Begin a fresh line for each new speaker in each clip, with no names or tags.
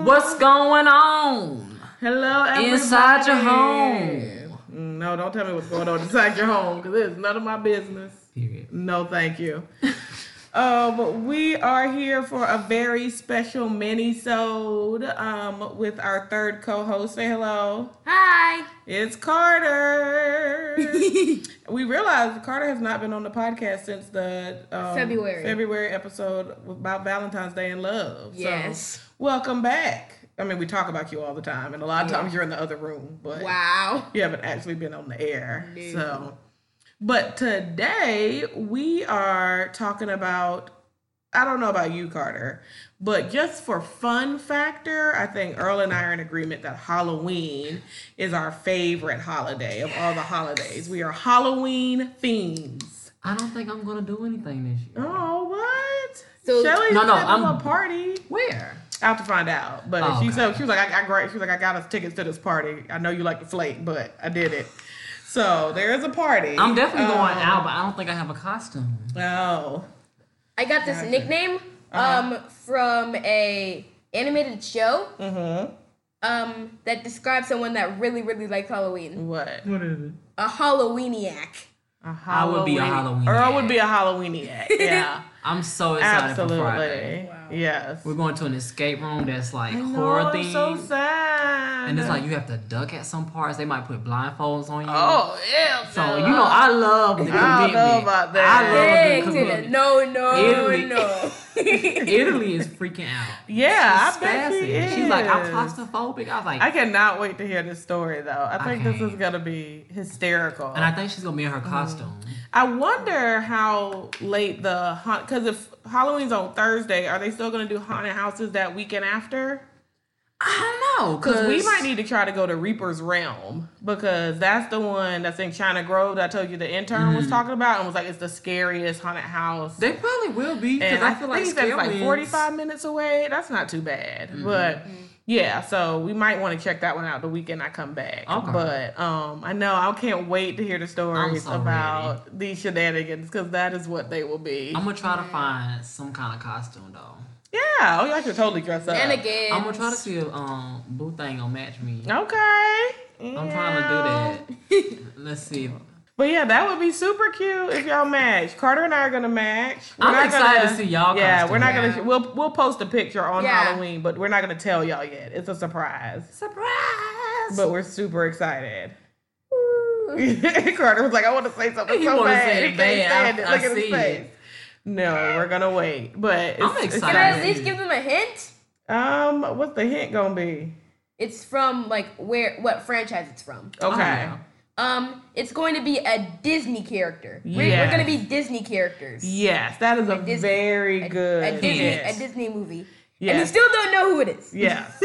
What's going on
Hello, everybody. Mm,
inside your home?
No, don't tell me what's going on inside your home because it's none of my business.
Period.
No, thank you. um, we are here for a very special mini-sode um, with our third co-host. Say hello.
Hi.
It's Carter. we realized Carter has not been on the podcast since the um,
February.
February episode about Valentine's Day and love. So,
Yes.
welcome back. I mean, we talk about you all the time, and a lot of times you're in the other room, but
Wow.
you haven't actually been on the air. So, but today we are talking about. I don't know about you, Carter, but just for fun factor, I think Earl and I are in agreement that Halloween is our favorite holiday of all the holidays. We are Halloween fiends.
I don't think I'm gonna do anything this year.
Oh, what?
So-
Shelly's
No, no,
having
I'm-
a party.
Where?
I have to find out. But
Oh,
she
okay.
said she was like, I, I gra- she was like, I got us tickets to this party. I know you like to flake, but I did it. So there is a party.
I'm definitely
Um,
going out, but I don't think I have a costume.
Oh,
I got this nickname um from a animated show um that describes someone that really really likes Halloween.
what?
What is it?
A Halloweeniac.
A
I would be a Halloween.
Earl would be a Halloweeniac. Yeah,
I'm so excited for Friday.
absolutely. Yes.
We're going to an escape room that's like
I know,
horror
I'm
themed.
so sad.
and it's like you have to duck at some parts. They might put blindfolds on you.
oh, yeah.
So you know I love the commitment.
I don't know about that.
I love
Hey,
the
Tina,
commitment.
no, no,
Italy.
no.
Italy is freaking out.
yeah,
She's
I bet she
spazzing.
is.
She's like, I'm claustrophobic. I was like,
I cannot wait to hear this story though. I think this
can't.
is gonna be hysterical.
and I think she's gonna be in her costume.
I wonder how late the haunt because if Halloween's on Thursday, are they still gonna do haunted houses that weekend after?
I don't know
Because we might need to try to go to Reaper's Realm because that's the one that's in China Grove that I told you the intern was talking about and was like it's the scariest haunted house.
Mm. They probably will be because
and
I feel like Mm-hmm.
think that's like
Scarewinds-
45 minutes away. That's not too bad, but.
Mm-hmm.
Yeah, so we might want to check that one out the weekend I come back.
Okay.
But um, I know I can't wait to hear the stories
so
about these shenanigans because that is what they will be.
I'm gonna try to find some kind of costume though.
Yeah, oh, y'all should totally dress up.
and again,
I'm gonna try to see if um Boo Thing gonna match me.
Oh, Okay.
I'm trying to do that. Let's see.
But yeah, that would be super cute if y'all match. Carter and I are gonna match.
I'm
not
excited to see y'all
Yeah,
costume.
we're not
Yeah.
gonna. We'll we'll post a picture on
Yeah.
Halloween, but we're not gonna tell y'all yet. It's a surprise.
Surprise!
But we're super excited. Carter was like, I want to say something
He
so
wanna
bad.
say it
He can't
bad.
stand it.
I-
Look
I
at his
see
face.
it.
No, we're gonna wait. But it's,
I'm
it's
excited.
can I at least
Halloween.
give them a hint?
gonna- um, what's the hint gonna be?
It's from like where what franchise it's from.
Okay.
yeah.
Um, it's going to be a Disney character. We're,
Yes.
we're going to be Disney characters.
Yes, that is a,
Disney-
very
a,
good
a Disney,
hint.
a Disney movie. And you
Yes.
still don't know who it is.
Yes.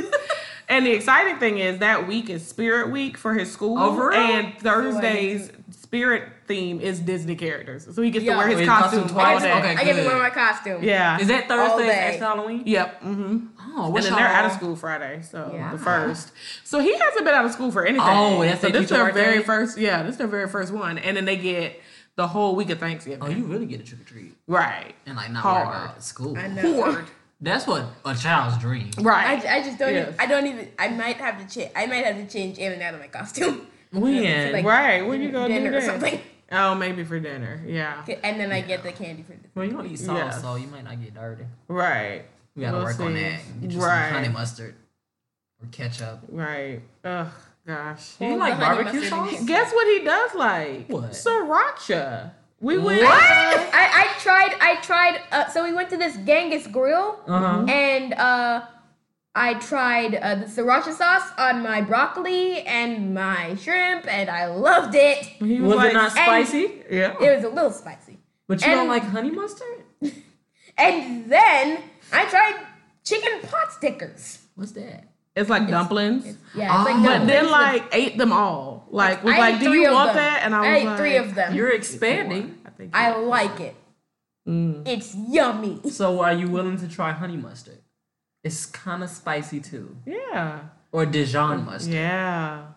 and the exciting thing is that week is Spirit Week for his school,
Oh, for real?
and Thursday's Spirit theme is Disney characters, so he gets to
Yeah.
wear his
Wait,
costume,
Oh, costume
all
twice?
day.
Okay.
I get to
good.
wear my costume.
Yeah.
Is that
All
Thursday?
day.
That's Halloween.
Yep. Mm-hmm.
Oh,
And
what's
then they're
y'all-
out of school Friday, so
Yeah.
the first. So he hasn't been out of school for anything.
Oh, that's
so
their
this is their
teacher
very
birthday?
first. Yeah, this is their very first one, and then they get the whole week of Thanksgiving.
Oh, you really get a trick or treat
Right.
and like not
Hard.
worry about school.
I know.
That's what a child's dream.
I,
Right.
I just don't.
Yes.
Even, I don't even. I might have to change. I might have to change in and out of my costume.
When?
like-
right. When you gonna
Dinner or
do that?
something.
Oh, maybe for dinner. Yeah.
And then I get the candy for the.
well, you don't eat salt,
Yes.
so you might not get dirty.
Right.
We gotta
We'll
work on
see.
that. Get you
Right.
some honey mustard or ketchup.
Right. Ugh. Gosh.
Do you
Well,
like
the honey
barbecue
mustard
sauce?
and-
Guess what he does like?
What?
Sriracha. We went.
Uh,
What?
I, I tried. I tried. Uh, so we went to this Genghis Grill,
Uh-huh.
and uh, I tried uh, the sriracha sauce on my broccoli and my shrimp, and I loved it.
He
Was
like,
it not spicy?
Yeah.
It was a little spicy.
but you don't
and-
like honey mustard?
And then I tried chicken pot stickers.
What's that?
It's like dumplings.
Yeah, it's
Ah,
like
but
but
dumplings
then
with-
like ate them all. Like was
I
like,
ate
do
three
you
of
want
them.
that? And I was
I ate
like,
three of them.
You're expanding.
I think
I like it.
Mm.
It's yummy.
So are you willing to try honey mustard? It's kind of spicy too.
yeah,
Or Dijon mustard.
yeah.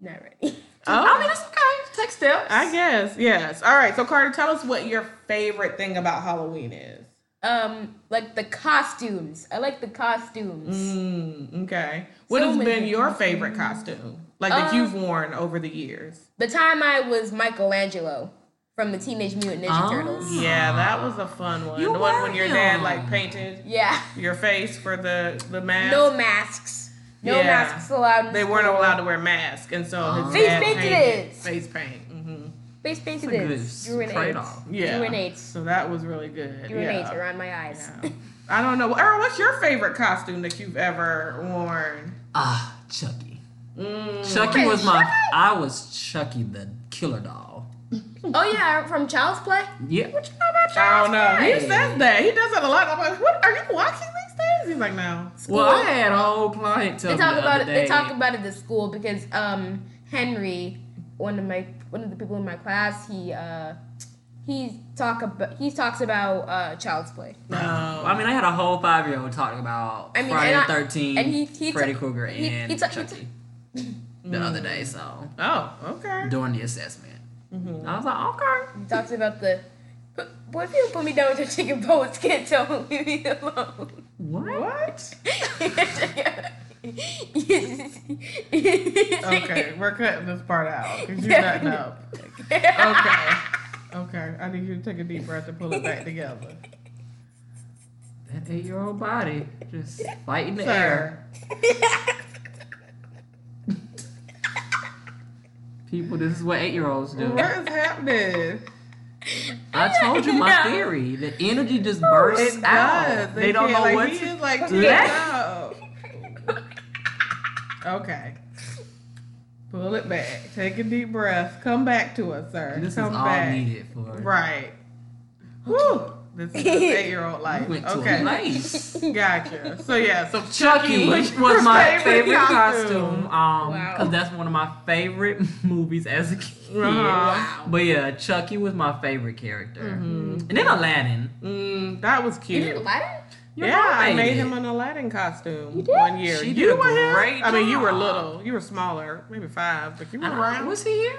Not ready.
I
Oh,
mean, it's okay. Take steps.
I guess yes. All right. So Carter, tell us what your favorite thing about Halloween is.
um like the costumes. I like the costumes.
Mm, okay. What
So
has
many Um,
been your favorite costume? Like that you've worn over the years?
The time I was Michelangelo from the Teenage Mutant Ninja
Oh.
Turtles.
Yeah, that was a fun one.
You
the one
were
when your dad
him.
like painted
Yeah.
your face for the the mask.
No masks. No
Yeah.
masks allowed. in
they
school.
weren't allowed to wear masks, and so his
Face
dad
painted
painted
it.
Face paint. hmm
Face painted
It's a
it.
good
Drew an
trade-off.
eight.
Yeah.
Drew an eight.
So that was really good.
Drew an
yeah.
eight around my eyes.
Yeah. I don't know. Earl, what's your favorite costume that you've ever worn?
Ah, Chucky.
Mm.
Chucky was my.
Chucky?
I was Chucky the killer doll.
Oh yeah, from Child's Play.
Yeah.
What you know about Child's
I don't know. He
Hey.
says that. He does it a lot. I'm like, what? Are you watching these things? He's like, no.
Well, I had a whole client tell
They
me
talk
the
about
other
it. They
day-
talk about it at school because um Henry, one of my one of the people in my class, he uh he talk about he talks about uh Child's Play.
No.
I mean, I had a whole five year old talking about
I mean,
Friday
and I-
the 13th,
and he- he
Freddy
ta-
Krueger,
he-
and
he ta- he
Chucky the other day. So,
Oh, okay.
during the assessment,
Mm-hmm.
I was like, okay.
He talks about the boy. If you put me down with your chicken bones, can't tell leave me alone.
What?
What? Okay, we're cutting this part out because you're
Yeah.
nutting up. Okay. Okay, I need you to take a deep breath and pull it back together.
That eight year old body just fighting the air.
Sir.
People, this is what eight year olds do.
What is happening?
I told you my
Yeah.
theory. The energy just bursts
It
out.
does.
They don't
can't-
know
like,
what
He
to
is like,
Let-
no. Okay. Pull it back. Take a deep breath. Come back to us, sir.
This is
Come
all
back.
needed for.
Right. Woo! This is eight year old
We
life.
went to a
okay.
place.
Gotcha. So yeah, so
Chucky
was
was,
your
my
favorite
favorite
costume.
costume. Um,
Wow.
cause that's one of my favorite movies as a kid.
Wow.
But yeah, Chucky was my favorite character,
Mm-hmm.
and then Aladdin.
mm, that was
You
cute.
didn't like it?
Your
yeah,
mom
I made
it.
him an Aladdin costume
did?
one year.
She
you
did a
were here?
great
I mean, you were
job.
little. You were smaller, maybe five, but you were
I don't-
around.
Was he here?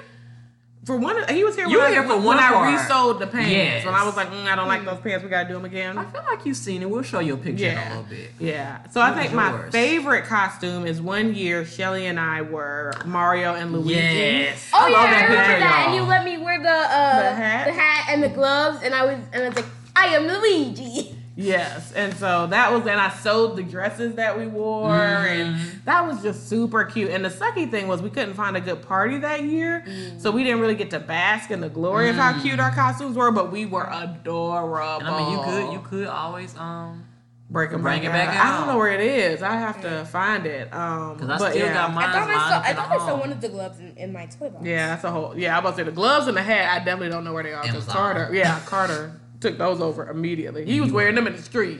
for one, he was here.
You
when
were
I-
here for one
when I
part.
resold the pants.
Yes.
When I was like, mm, I don't like those pants. We gotta do them again.
I feel like you've seen it. We'll show you a picture in
Yeah.
a little bit.
Yeah. So I
What
think
was
my
yours?
favorite costume is one year Shelly and I were Mario and Luigi.
Yes.
Oh yeah,
love
I
that
remember
picture,
that. And you
y'all.
let me wear the uh,
The hat?
and the gloves, and I was and I was like, I am Luigi.
Yes. And so that was and I sewed the dresses that we wore
Mm-hmm.
and that was just super cute. And the sucky thing was we couldn't find a good party that year. So we didn't really get to bask in the glory of how cute our costumes were, but we were adorable.
Mm-hmm. And I mean, you could
Oh.
you could always um,
break it,
bring it
back
back
out. I don't
out.
know where it is. I have to find it. Um
cause I
but
still
yeah.
got mine.
I thought I saw. I thought I saw one
of
of the gloves in, in my toy box.
Yeah, that's a whole. Yeah, I was about to say the gloves and the hat. I definitely don't know where they are because
Amazon.
Carter. Yeah, Carter took those over immediately. He was
You
wearing them in the street.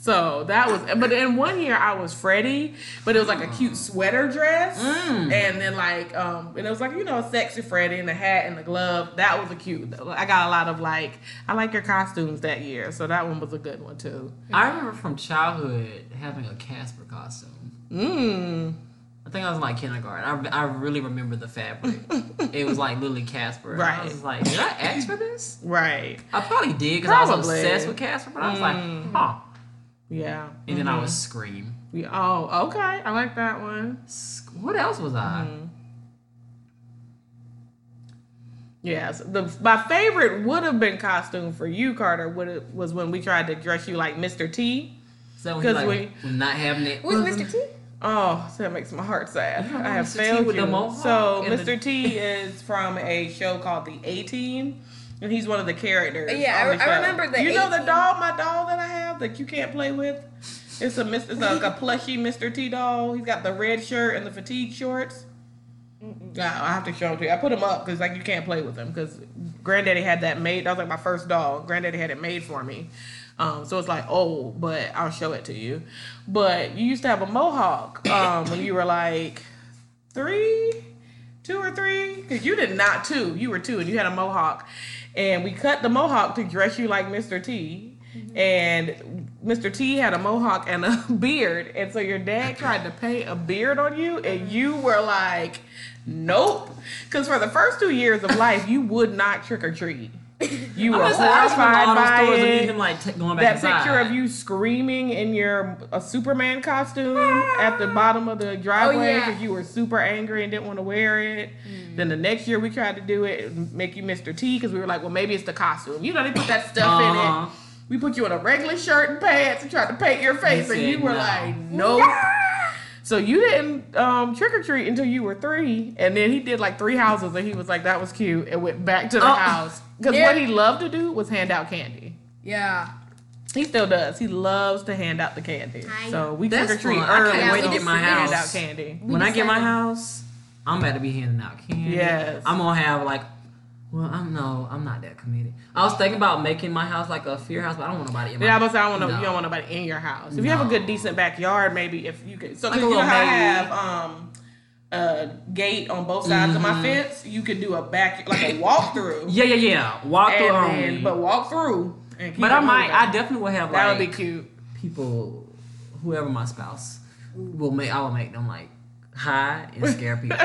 So that was. But in one year I was Freddie, but it was like a cute sweater dress,
Mm.
and then like um, and it was like you know a sexy Freddie and the hat and the glove. That was a cute. I got a lot of like I like your costumes that year, so that one was a good one too.
I remember from childhood having a Casper costume.
Mm.
I think I was in like kindergarten. I, I really remember the fabric. it was like Lily Casper. And I
Right.
was like, did I ask for this?
Right.
I probably did because I was
Probably.
obsessed with Casper, but I was
Mm. Mm-hmm.
like, huh.
Yeah.
And then I would scream.
Yeah. Oh, okay. I like that one.
Sc- What else was I?
Mm-hmm. Yes, the my favorite would have been costume for you, Carter. Would have, was when we tried to dress you like Mr. T.
So
'Cause
he's like,
we-
"We're not having it.
Who's Mr. T?
Oh, so that makes my heart sad.
remember
I have
Mr. T
failed
with
you.
the mohawk
so
and
Mr.
the-
T is from a show called The A Team, and he's one of the characters.
Yeah,
on
I-
the
I
show.
remember The
You know the
A-Team.
doll, my doll that I have that you can't play with. It's a Mr. It's like a plushy Mr. T doll. He's got the red shirt and the fatigue shorts. Yeah, I have to show it to you. I put him up because like you can't play with him because Granddaddy had that made. That was like my first doll. Granddaddy had it made for me, um, so it's like old, but I'll show it to you. But you used to have a mohawk um, when you were like three, two or three, because you did not two. You were two, and you had a mohawk, and we cut the mohawk to dress you like Mr. T. And Mr. T had a mohawk and a beard, and so your dad tried to paint a beard on you, and you were like, "Nope," because for the first two years of life, you would not trick or treat. You were
I'm just saying, I just remember
horrified
all those
by
stories of you,
it.
him like t- going back
that
inside.
picture of you screaming in your a Superman costume at the bottom of the
Oh,
driveway
yeah.
because you were super angry and didn't want to wear it.
Mm.
Then the next year we tried to do it and make you Mr. T because we were like, well, maybe it's the costume. You know, they put that stuff in
Uh-huh.
it. We put you in a regular shirt and pants and tried to paint your face,
You
and you
said
were
no.
like, no. So you didn't um, trick or treat until you were three, and then he did like three houses, and he was like, "That was cute," and went back to the
Oh.
house because
Yeah.
what he loved to do was hand out candy.
Yeah.
He still does. He loves to hand out the candy.
I-
so we trick or
That's
treat
fun. I
early.
can't
Yeah, we
wait to get
just
my
figured
hand
house.
out candy.
We
when I get my
decided-
house, I'm about to be handing out candy.
Yes.
I'm gonna have like, well, I'm no, I'm not that committed. I was thinking about making my house like a fear house, but I don't want nobody in my.
Yeah, but I don't want to.
No.
You don't want nobody in your house. If you have a
No.
good, decent backyard, maybe if you could. So
Like
'cause
a
you know
little
how I
maid.
have um a gate on both sides of my fence. You could do a back like a walkthrough.
Mm-hmm. yeah, yeah, yeah. Walk through
and
only.
then,
but
but walk through. And keep it
I might.
moving.
I definitely will have
that
like
would be cute.
people, whoever my spouse will make. I will make them like high and scare people.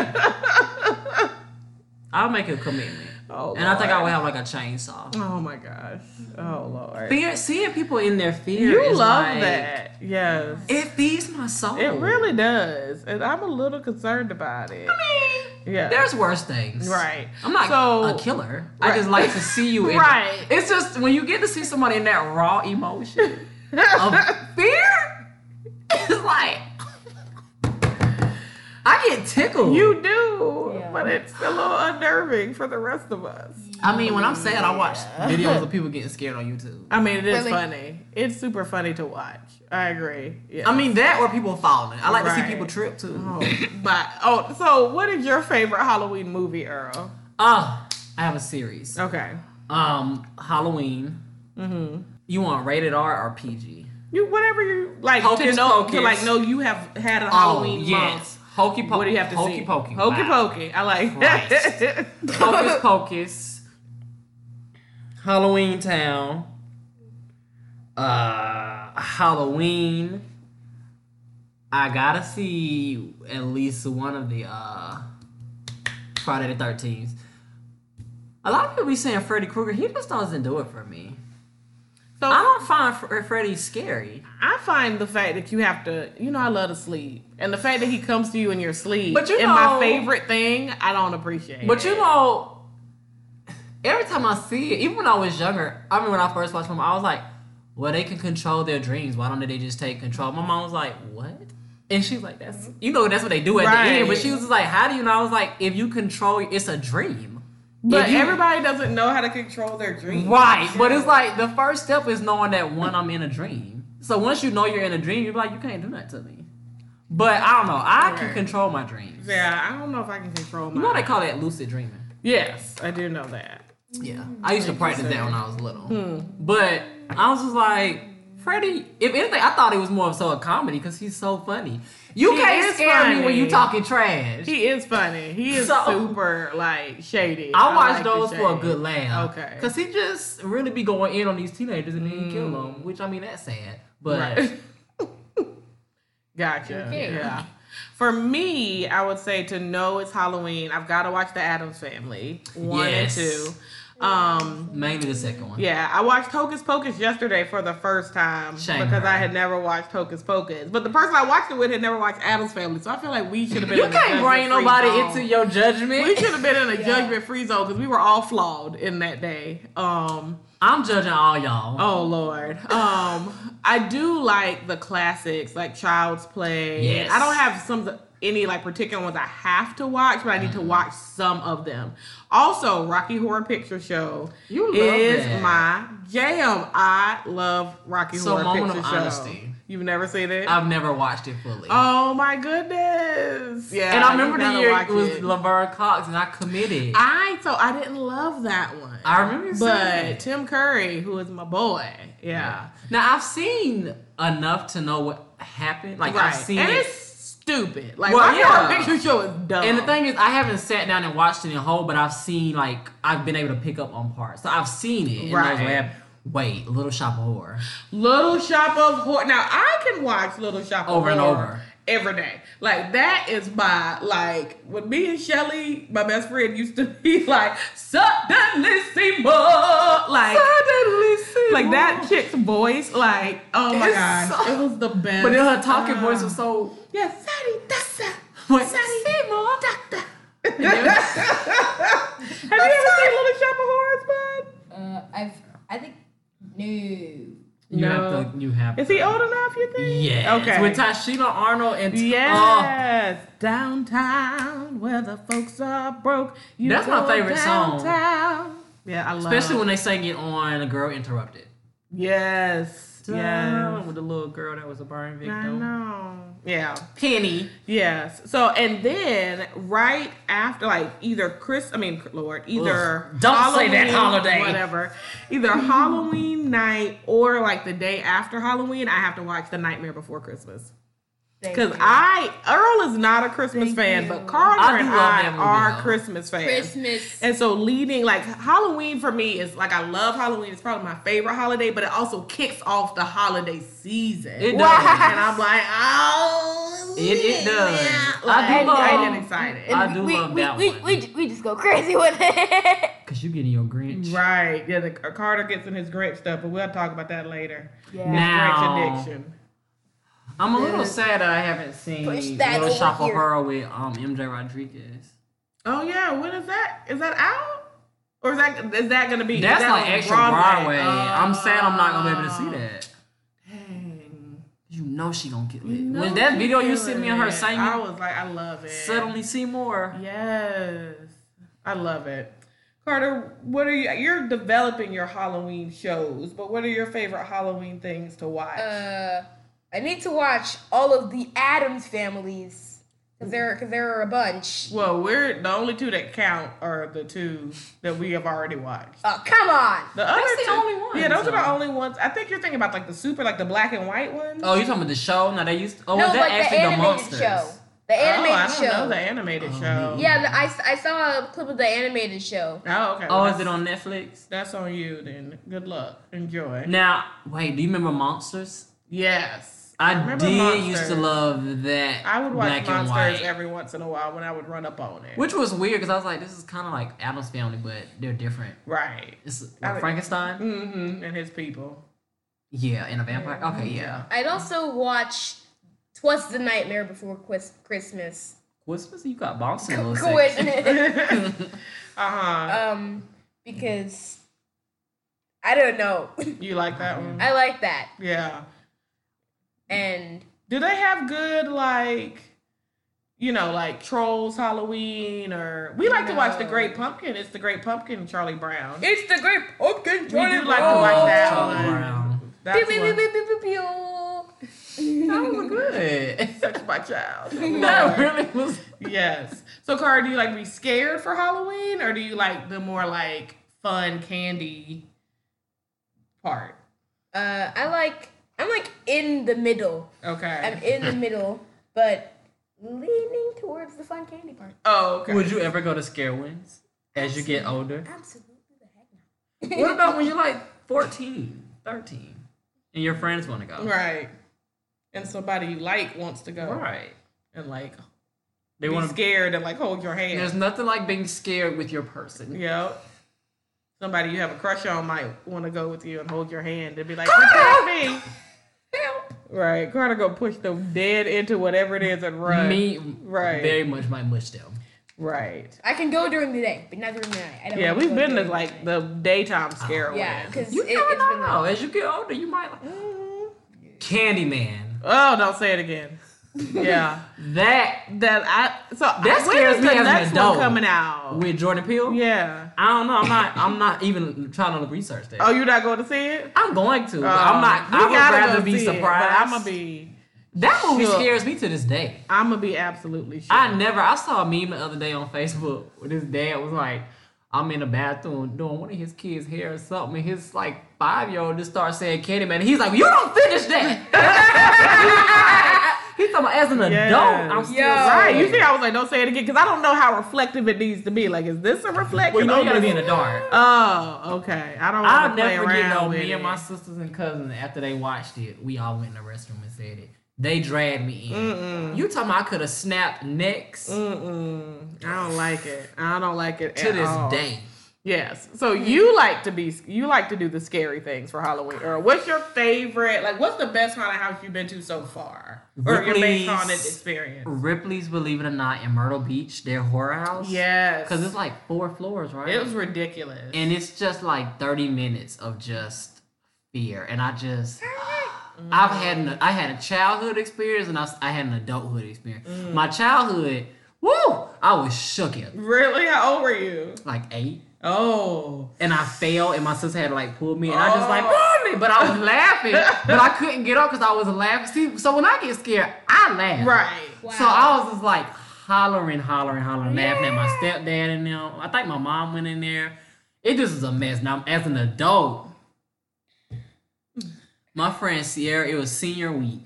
I'll make a commitment,
Oh,
and I think I
Lord.
will have like a chainsaw.
Oh my gosh. Oh lord.
Fear, seeing people in their fear.
you
is
love
like-
that. Yes.
It feeds my soul.
It really does. And I'm a little concerned about it. yeah.
There's worse things.
Right.
I'm not
So-
a killer.
Right.
I just like to see you in
Right.
It's just when you get to see somebody in that raw emotion of fear, it's like I get tickled.
you do,
Yeah.
but it's a little unnerving for the rest of us.
I mean, when I'm sad, I watch videos of people getting scared on YouTube.
I mean, it is
Really?
funny. It's super funny to watch. I agree. Yeah.
I mean that or people falling. I like to
Right.
see people trip too.
oh, but oh, so what is your favorite Halloween movie, Earl?
Ah, I have a series.
Okay.
Um, Halloween.
Mm-hmm.
You want rated R or PG?
You whatever you like to
Hocus
know to
Pocus.
like know you have had a Halloween
oh,
month.
yes. Hokey pokey.
What do you have to
Hokey
see?
pokey.
Hokey
Wow.
pokey. I like that.
Christ. Hocus Pocus, Halloween Town, uh, Halloween. I gotta see at least one of the uh, Friday the Thirteenth. A lot of people be saying Freddy Krueger. He just doesn't do it for me.
so
I don't find Fre- Freddy scary.
I find the fact that you have to, you know, I love to sleep, and the fact that he comes to you in your sleep.
But you
and my
know-
favorite thing, I don't appreciate.
But
it.
you know, every time I see it, even when I was younger, I remember when I first watched them, I was like, well, they can control their dreams. Why don't they just take control? My mom was like, what? And she's like, that's, you know, that's what they do at
Right.
the end. But she was just like, how do you know? I was like, if you control, it's a dream.
but
If you-
everybody doesn't know how to control their dreams.
Right. But it's like, the first step is knowing that one, I'm in a dream. So once you know you're in a dream, you're like, you can't do that to me. But I don't know. I can
Right.
control my dreams.
Yeah, I don't know if I can control my.
You know they call that lucid dreaming.
yes, I do know that.
Yeah,
Mm.
I used to practice that when I was little.
Hmm.
But I was just like, Freddie. If anything, I thought it was more of so a comedy because he's so funny. You
He is
can't scare me when
funny.
you talking trash.
He is funny. He is
So-
super like shady.
I watch
like the
those for a
shade.
good laugh.
Okay. Hmm.
because he just really be going in on these teenagers and then he kill them, which I mean that's sad. But
Right. gotcha.
Okay.
Yeah. For me, I would say to know it's Halloween, I've got to watch The Adams Family one
Yes.
and two. Um,
mainly the second one.
yeah, I watched Hocus Pocus yesterday for the first time
Shame
because
her.
I had never watched Hocus Pocus, but the person I watched it with had never watched Adams Family, so I feel like we should have been.
You
in a
can't bring
judgment-free
nobody
zone.
into your judgment.
We should have been in a judgment free zone because we were all flawed in that day. Um,
I'm judging all y'all.
Oh Lord. Um, I do like the classics like Child's Play.
Yes.
I don't have some any like particular ones I have to watch, but I need to
Uh-huh.
watch some of them. Also, Rocky Horror Picture Show
You love
is
that.
my jam. I love Rocky
So,
Horror
Moment
Picture
of
Show.
Honesty.
You've never seen it?
I've never watched it fully.
oh my goodness! Yeah,
and I
you
remember the
gotta
year
watch
it was
it.
Laverne Cox, and I committed.
I so I didn't love that one.
I remember you saying
but
that.
Tim Curry, who is my boy, yeah.
Now I've seen enough to know what happened. Like
Right.
I've seen
and
it.
it's stupid. Like
Well,
Rocky
yeah.
Horror Picture Show is dumb.
And the thing is, I haven't sat down and watched it in whole, but I've seen like I've been able to pick up on parts. So I've seen it. And I was
Right.
like, Wait, Little Shop of Horror.
Little Shop of Horror. Now I can watch Little Shop of
Over and
Horror
over.
every day. Like that is my like when me and Shelly, my best friend, used to be like suddenly Seymour, like
Suddenly Seymour.
like that chick's voice, like oh my
It's
gosh,
so-
it was the best.
But then her talking
Ah.
voice was so.
yeah, Sadie, that's it.
Wait,
Sadie,
Seymour.
doctor. Have you ever seen Little Shop of Horrors, bud?
Uh, I've I think no.
You have to. You have.
Is
to.
he old enough? You think?
Yeah.
Okay.
With Tashina Arnold and T- oh,
Yes, downtown where the folks are broke. You
That's my
go
favorite song.
downtown. Yeah, I love.
especially when they sang it on "A Girl Interrupted."
Yes,
Yeah,
yes.
with the little girl that was a burn
I
victim.
know. Yeah.
Penny.
Yes. So and then right after, like either Chris, I mean Lord, either
Ugh. Don't say that holiday.
whatever, either Halloween night or like the day after Halloween, I have to watch The Nightmare Before Christmas. Because I Earl is not a Christmas fan,
you.
but Carter
I do
and
love
I
that movie,
are
though.
Christmas fans.
Christmas.
And so leading like Halloween for me is like I love Halloween. It's probably my favorite holiday, but it also kicks off the holiday season.
It does.
And I'm like, oh,
It- it does.
yeah.
I
Like,
do
I,
love-
get excited.
I do love
we,
that
we,
one.
We, we, we just go crazy with it.
Cause you getting your Grinch.
right? Yeah, the uh, Carter gets in his Grinch stuff, but we'll talk about that later.
Yeah.
Grinch
Now,
addiction.
I'm a little sad that I haven't seen
Push that
Little Shop of
over here.
Horror with um MJ Rodriguez.
Oh yeah, when is that? Is that out? Or is that is that gonna be?
That's
is that
like
on Oh.
extra Broadway. I'm sad I'm not gonna be able to see that.
Dang.
You know she gonna get lit.
No
when that video you sent me of her
kidding. I
singing,
was like, I love it.
suddenly see more.
Yes, I love it. Carter, what are you? You're developing your Halloween shows, but what are your favorite Halloween things to watch?
uh, I need to watch all of the Adams families because there because there are a bunch.
well, we're the only two that count are the two that we have already watched.
Oh come on!
The other
the
two,
only ones,
Yeah, those are the
though.
only ones. I think you're thinking about like the super, like the black and white ones.
Oh, you talking about the show? No, they used. Oh,
no,
was that
like the
actually the
animated
monsters?
show. The
Oh, I
animated
don't
show.
know the animated
Oh,
show.
Yeah, the, I, s- I saw a clip of the animated show.
Oh, okay.
Oh, is
That's-
it on Netflix?
That's on you then. Good luck. Enjoy.
Now, wait. Do you remember Monsters?
Yes.
I
Remember
did used
Monsters?
to love that.
I would watch
black and
Monsters
white,
every once in a while when I would run up on it.
which was weird because I was like, this is kind of like Adam's Family, but they're different.
Right.
It's
I
like
would-
Frankenstein.
Mm-hmm. And his people.
Yeah, and a vampire. Okay, yeah.
I'd also watch Twas the Nightmare Before Quis- Christmas.
Christmas, you got bouncing in a little section.
Coincidence.
uh huh.
um, because I don't know.
You like that one?
I like that.
Yeah.
And
Do they have good like, you know, like Trolls Halloween or we like to watch The
No.
Great Pumpkin. It's The Great Pumpkin, Charlie Brown.
it's the great pumpkin
we do like to
Oh,
watch that
Charlie
one.
Brown.
That's one.
That was Oh, good.
Such my child.
that really was.
Yes. So, Cara, do you like be scared for Halloween, or do you like the more like fun candy part?
Uh, I like. I'm like in the middle.
Okay.
I'm in the middle, but leaning towards the fun candy part.
oh, okay.
Would you ever go to scare wins as you get older?
Absolutely the heck not.
What about when you're like 14, 13, and your friends want to go?
right? And somebody you like wants to go,
Right.
And like
They
be
want to.
scared and like hold your hand.
There's nothing like being scared with your person.
Yep. Somebody you have a crush on might want to go with you and hold your hand and be like, "Protect me." Right, Carter go push them dead into whatever it is and run.
Me,
Right.
very much might mush them.
Right.
I can go during the day, but not during the night. I don't
Yeah,
wanna
we've
go
been to
during
like the daytime scare.
the- yeah,
one.
because
You
it,
never
it's been
know. As you get older, you might like Candyman.
Oh, don't say it again. Yeah,
That
that I so
That
I, when
scares
is
me
the
as an
next one
adult.
coming out.
with Jordan Peele.
yeah.
I don't know. I'm not. I'm not even trying to research that.
Oh, you not going to see it?
I'm going to. but
Oh,
I'm not.
we
I would
gotta
rather
go
be
see it, but
surprised.
I'm gonna be.
That movie
shook.
scares me to this day.
I'm gonna be absolutely sure.
I never. I saw a meme the other day on Facebook where this dad was like, "I'm in the bathroom doing one of his kids' hair or something." And his like five year old just starts saying Candyman. And he's like, "You don't finish that." he's talking about as an
Yes.
adult. I'm still
Yo.
Right,
scared.
you see, I was like, don't say it again because I don't know how reflective it needs to be. Like, is this a reflection?
Well, you know
of
you gotta
this?
be in the dark.
Oh, okay. I don't.
I'll
wanna play
never forget
around
though.
with
Me and
it.
my sisters and cousins after they watched it, we all went in the restroom and said it. They dragged me in. You talking about I could have snapped necks
Mm-mm. I don't like it. I don't like it
to
Mm, at
this
all.
day.
Yes. So you like to be you like to do the scary things for Halloween. Or what's your favorite? Like what's the best haunted house you've been to so far? Or your best
Ripley's.
haunted experience?
Ripley's, believe it or not, in Myrtle Beach, their horror house.
Yes.
Because it's like four floors, right?
it was ridiculous.
and it's just like 30 minutes of just fear. And I just.
Mm.
I've had an, I had a childhood experience and I, s- I had an adulthood experience.
Mm.
My childhood, woo, I was shook it
really? How old were you?
like eight.
Oh.
and I fell, and my sister had to like pull me, and I just like,
Oh.
"Mommy," but I was laughing, but I couldn't get up because I was laughing. See, so when I get scared, I laugh.
Right.
So I was just like hollering, hollering, hollering, laughing at my stepdad in there. I think my mom went in there. It just is a mess. Now as an adult, my friend Sierra, it was senior week.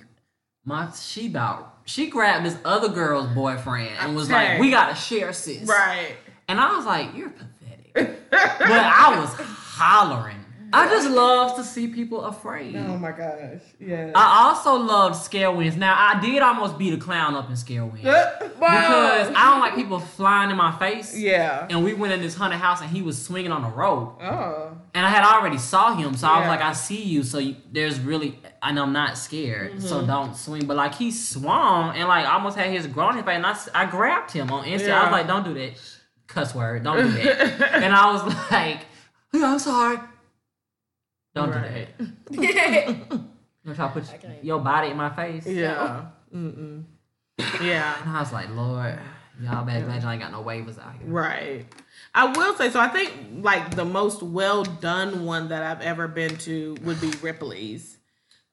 My she about she grabbed this other girl's boyfriend and was
Okay.
like, "We gotta share, sis."
Right.
And I was like, you're pathetic. but I was hollering. I just love to see people afraid.
Oh my gosh. Yeah.
I also loved scare wins. Now, I did almost beat a clown up in scare wins. Because I don't like people flying in my face.
yeah.
And we went in this haunted house and he was swinging on a rope.
Oh.
And I had already saw him. So I was
Yeah.
like, I see you. So you, there's really, and I'm not scared.
Mm-hmm.
So don't swing. But like he swung and like almost had his groaning face. And I, s- I grabbed him on instant. I
Yeah.
was like, don't do that. Cuss word. Don't do that and I was like, "Yeah, I'm sorry. Don't
Right.
do that.
That's
Don't try to put your body in my face.
yeah. Mm-mm. Yeah.
And I was like, Lord, y'all better glad y'all ain't got no waivers out here.
Right. I will say so. I think like the most well done one that I've ever been to would be Ripley's.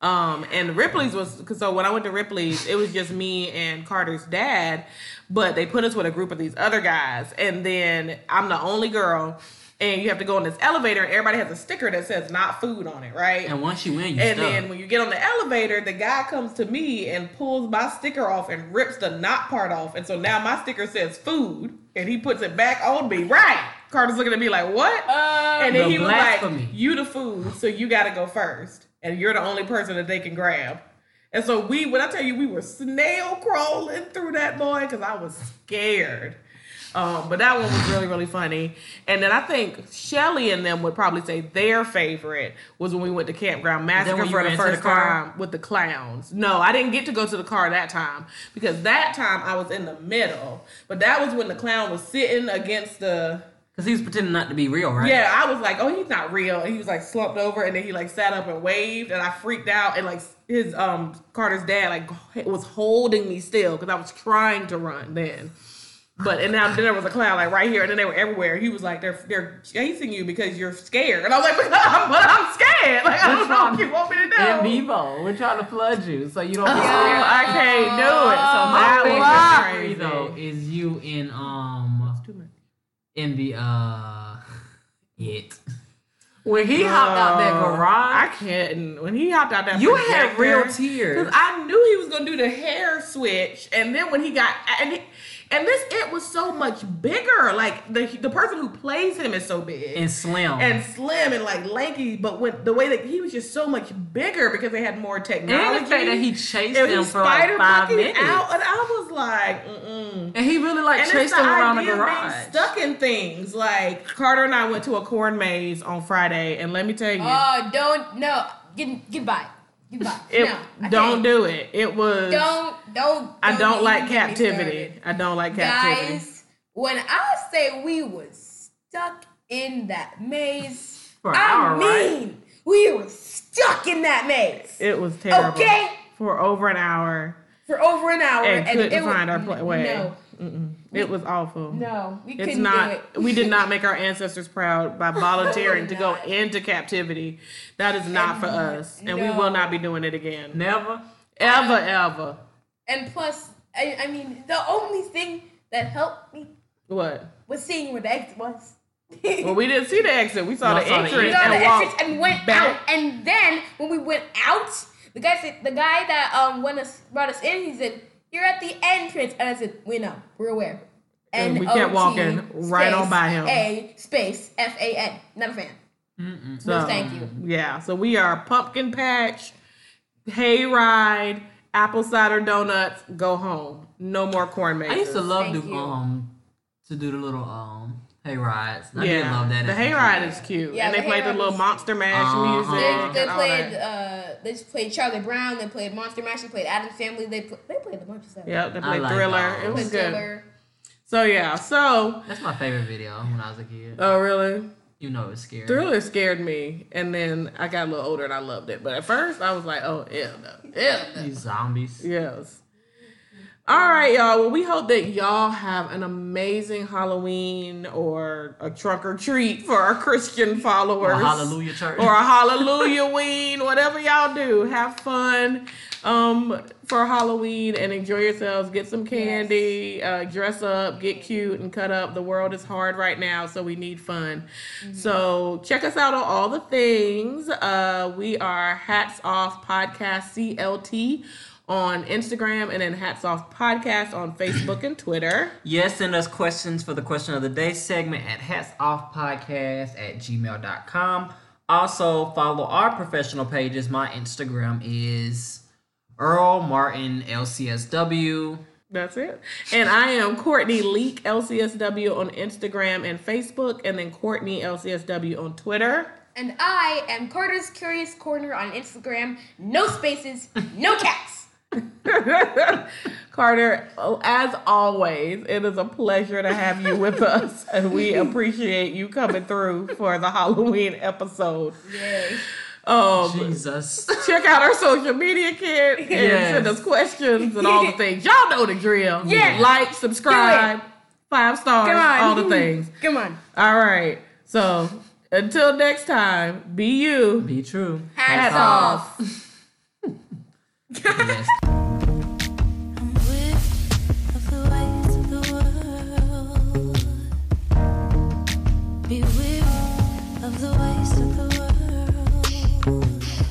Um, and Ripley's was because so when I went to Ripley's, it was just me and Carter's dad, but they put us with a group of these other guys, and then I'm the only girl, and you have to go in this elevator, and everybody has a sticker that says not food on it, right?
And once you win, you
And
stuck.
then when you get on the elevator, the guy comes to me and pulls my sticker off and rips the knot part off. And so now my sticker says food and he puts it back on me. Right. Carter's looking at me like, what? and then
Uh, The
he was
blasphemy.
like, you the food, so you got to go first. And you're the only person that they can grab. And so we, when I tell you, we were snail crawling through that boy because I was scared. Um, but that one was really, really funny. And then I think Shelly and them would probably say their favorite was when we went to Campground Massacre
when you
for the
ran to
first
the car?
time with the clowns. No, I didn't get to go to the car that time because that time I was in the middle. But that was when the clown was sitting against the.
Because he was pretending not to be real, right?
Yeah, I was like, oh, he's not real. And he was like slumped over and then he like sat up and waved and I freaked out and like his um Carter's dad like was holding me still because I was trying to run then. But and now then there was a clown like right here and then they were everywhere. He was like they're they're chasing you because you're scared and I was like but I'm, but I'm scared like I don't know what you want me to do.
In vivo, we're trying to flood you so you don't be
So
scared.
I can't do it. So
Oh,
that was
My favorite
crazy.
memory, though is you in um
Too much.
in the uh it when he hopped out that
Uh, I
garage.
can't. When he hopped out that,
you had
projector-
real
Because
tears.
I knew he was gonna do the hair switch, and then when he got and he, and this it was so much bigger. Like the the person who plays him is so big
and slim.
and slim and like lanky, but when the way that he was just so much bigger because they had more technology.
And the fact that he chased
and
him
he
for like five
monkeyed
minutes.
out, and I was like, mm-mm.
And he really like
And it's
chased
the
him around the
idea of
garage.
being stuck in things. Like Carter and I went to a corn maze on Friday, and let me tell you,
Oh, don't no. Get goodbye. Goodbye.
it,
no, I
don't
can't.
do it. It was
Don't don't.
I don't
even
like
get me
captivity.
started.
I don't like captivity.
Guys, when I say we was stuck in that maze,
For an
I
hour, right?
mean we were stuck in that maze
It was terrible.
Okay.
For over an hour
for over an hour
and, couldn't
it was-
find our pla- way.
No,
Mm-mm. It was awful.
no, we
It's
couldn't do
not.
it.
We did not make our ancestors proud by volunteering to go into captivity. That is not for us, and we
No.
will not be doing it again.
Never.
Ever, ever.
And plus, I, I mean, the only thing that helped me
What?
was seeing where the exit was.
Well, we didn't see the exit. We saw
No,
the
I saw the
entrance
entrance.
We got
and
the
walked
exits and went
back.
out. And then when we went out, the guy said, the guy that um went us brought us in, he said, "You're at the entrance," and I said, "We know, we're aware."
And we kept
N-O-T
walking right on
space
by him.
A space F A N. Not a fan.
So,
thank you.
Yeah, so we are pumpkin patch, hayride, apple cider donuts, go home. No more corn mazes.
I used to love
Thank
to
you.
um to do the little um hay rides. I did
yeah,
love that.
the
as a kid.
hayride is cute,
Yeah,
and they
the
played the
hayride
little
is-
monster mash
Uh-huh.
music.
They,
Yeah,
they
and Oh, all
played.
that.
Uh, they just played Charlie Brown. They played Monster Mash. They played Adam's Family. They pl- they played a bunch of stuff.
Yep, they
I
played
like
Thriller.
those.
It was
Played
good.
Thriller.
So yeah, so
That's my favorite video when I was a kid.
oh really?
You know it's scary.
Thriller scared me, and then I got a little older and I loved it. But at first, I was like, oh yeah, no, yeah. no.
These zombies.
Yes. All right, y'all. Well, we hope that y'all have an amazing Halloween or a trunk or treat for our Christian followers.
Or Hallelujah Church.
Or a Hallelujah Ween, whatever y'all do. Have fun um, for Halloween and enjoy yourselves. Get some candy, uh, dress up, get cute, and cut up. The world is hard right now, so we need fun. So check us out on all the things. Uh, we are Hats Off Podcast CLT on Instagram and then Hats Off Podcast on Facebook and Twitter.
Yes, send us questions for the question of the day segment at hatsoffpodcast at gmail.com. Also, follow our professional pages. My Instagram is Earl Martin LCSW.
That's it. And I am Courtney Leak LCSW on Instagram and Facebook, and then Courtney LCSW on Twitter.
And I am Carter's Curious Corner on Instagram. No spaces, no caps.
Carter, as always, it is a pleasure to have you with us, and we appreciate you coming through for the Halloween episode.
Yay.
Um,
Jesus.
check out our social media kid and
Yes.
send us questions and all the things. Y'all know the drill.
Yeah.
Like, subscribe, five stars,
Come on.
all the things.
Come on.
All right. So until next time, be you.
Be true.
Hats off.
Yes.
I'm weary of the ways of the world. Be weary of the ways of the world.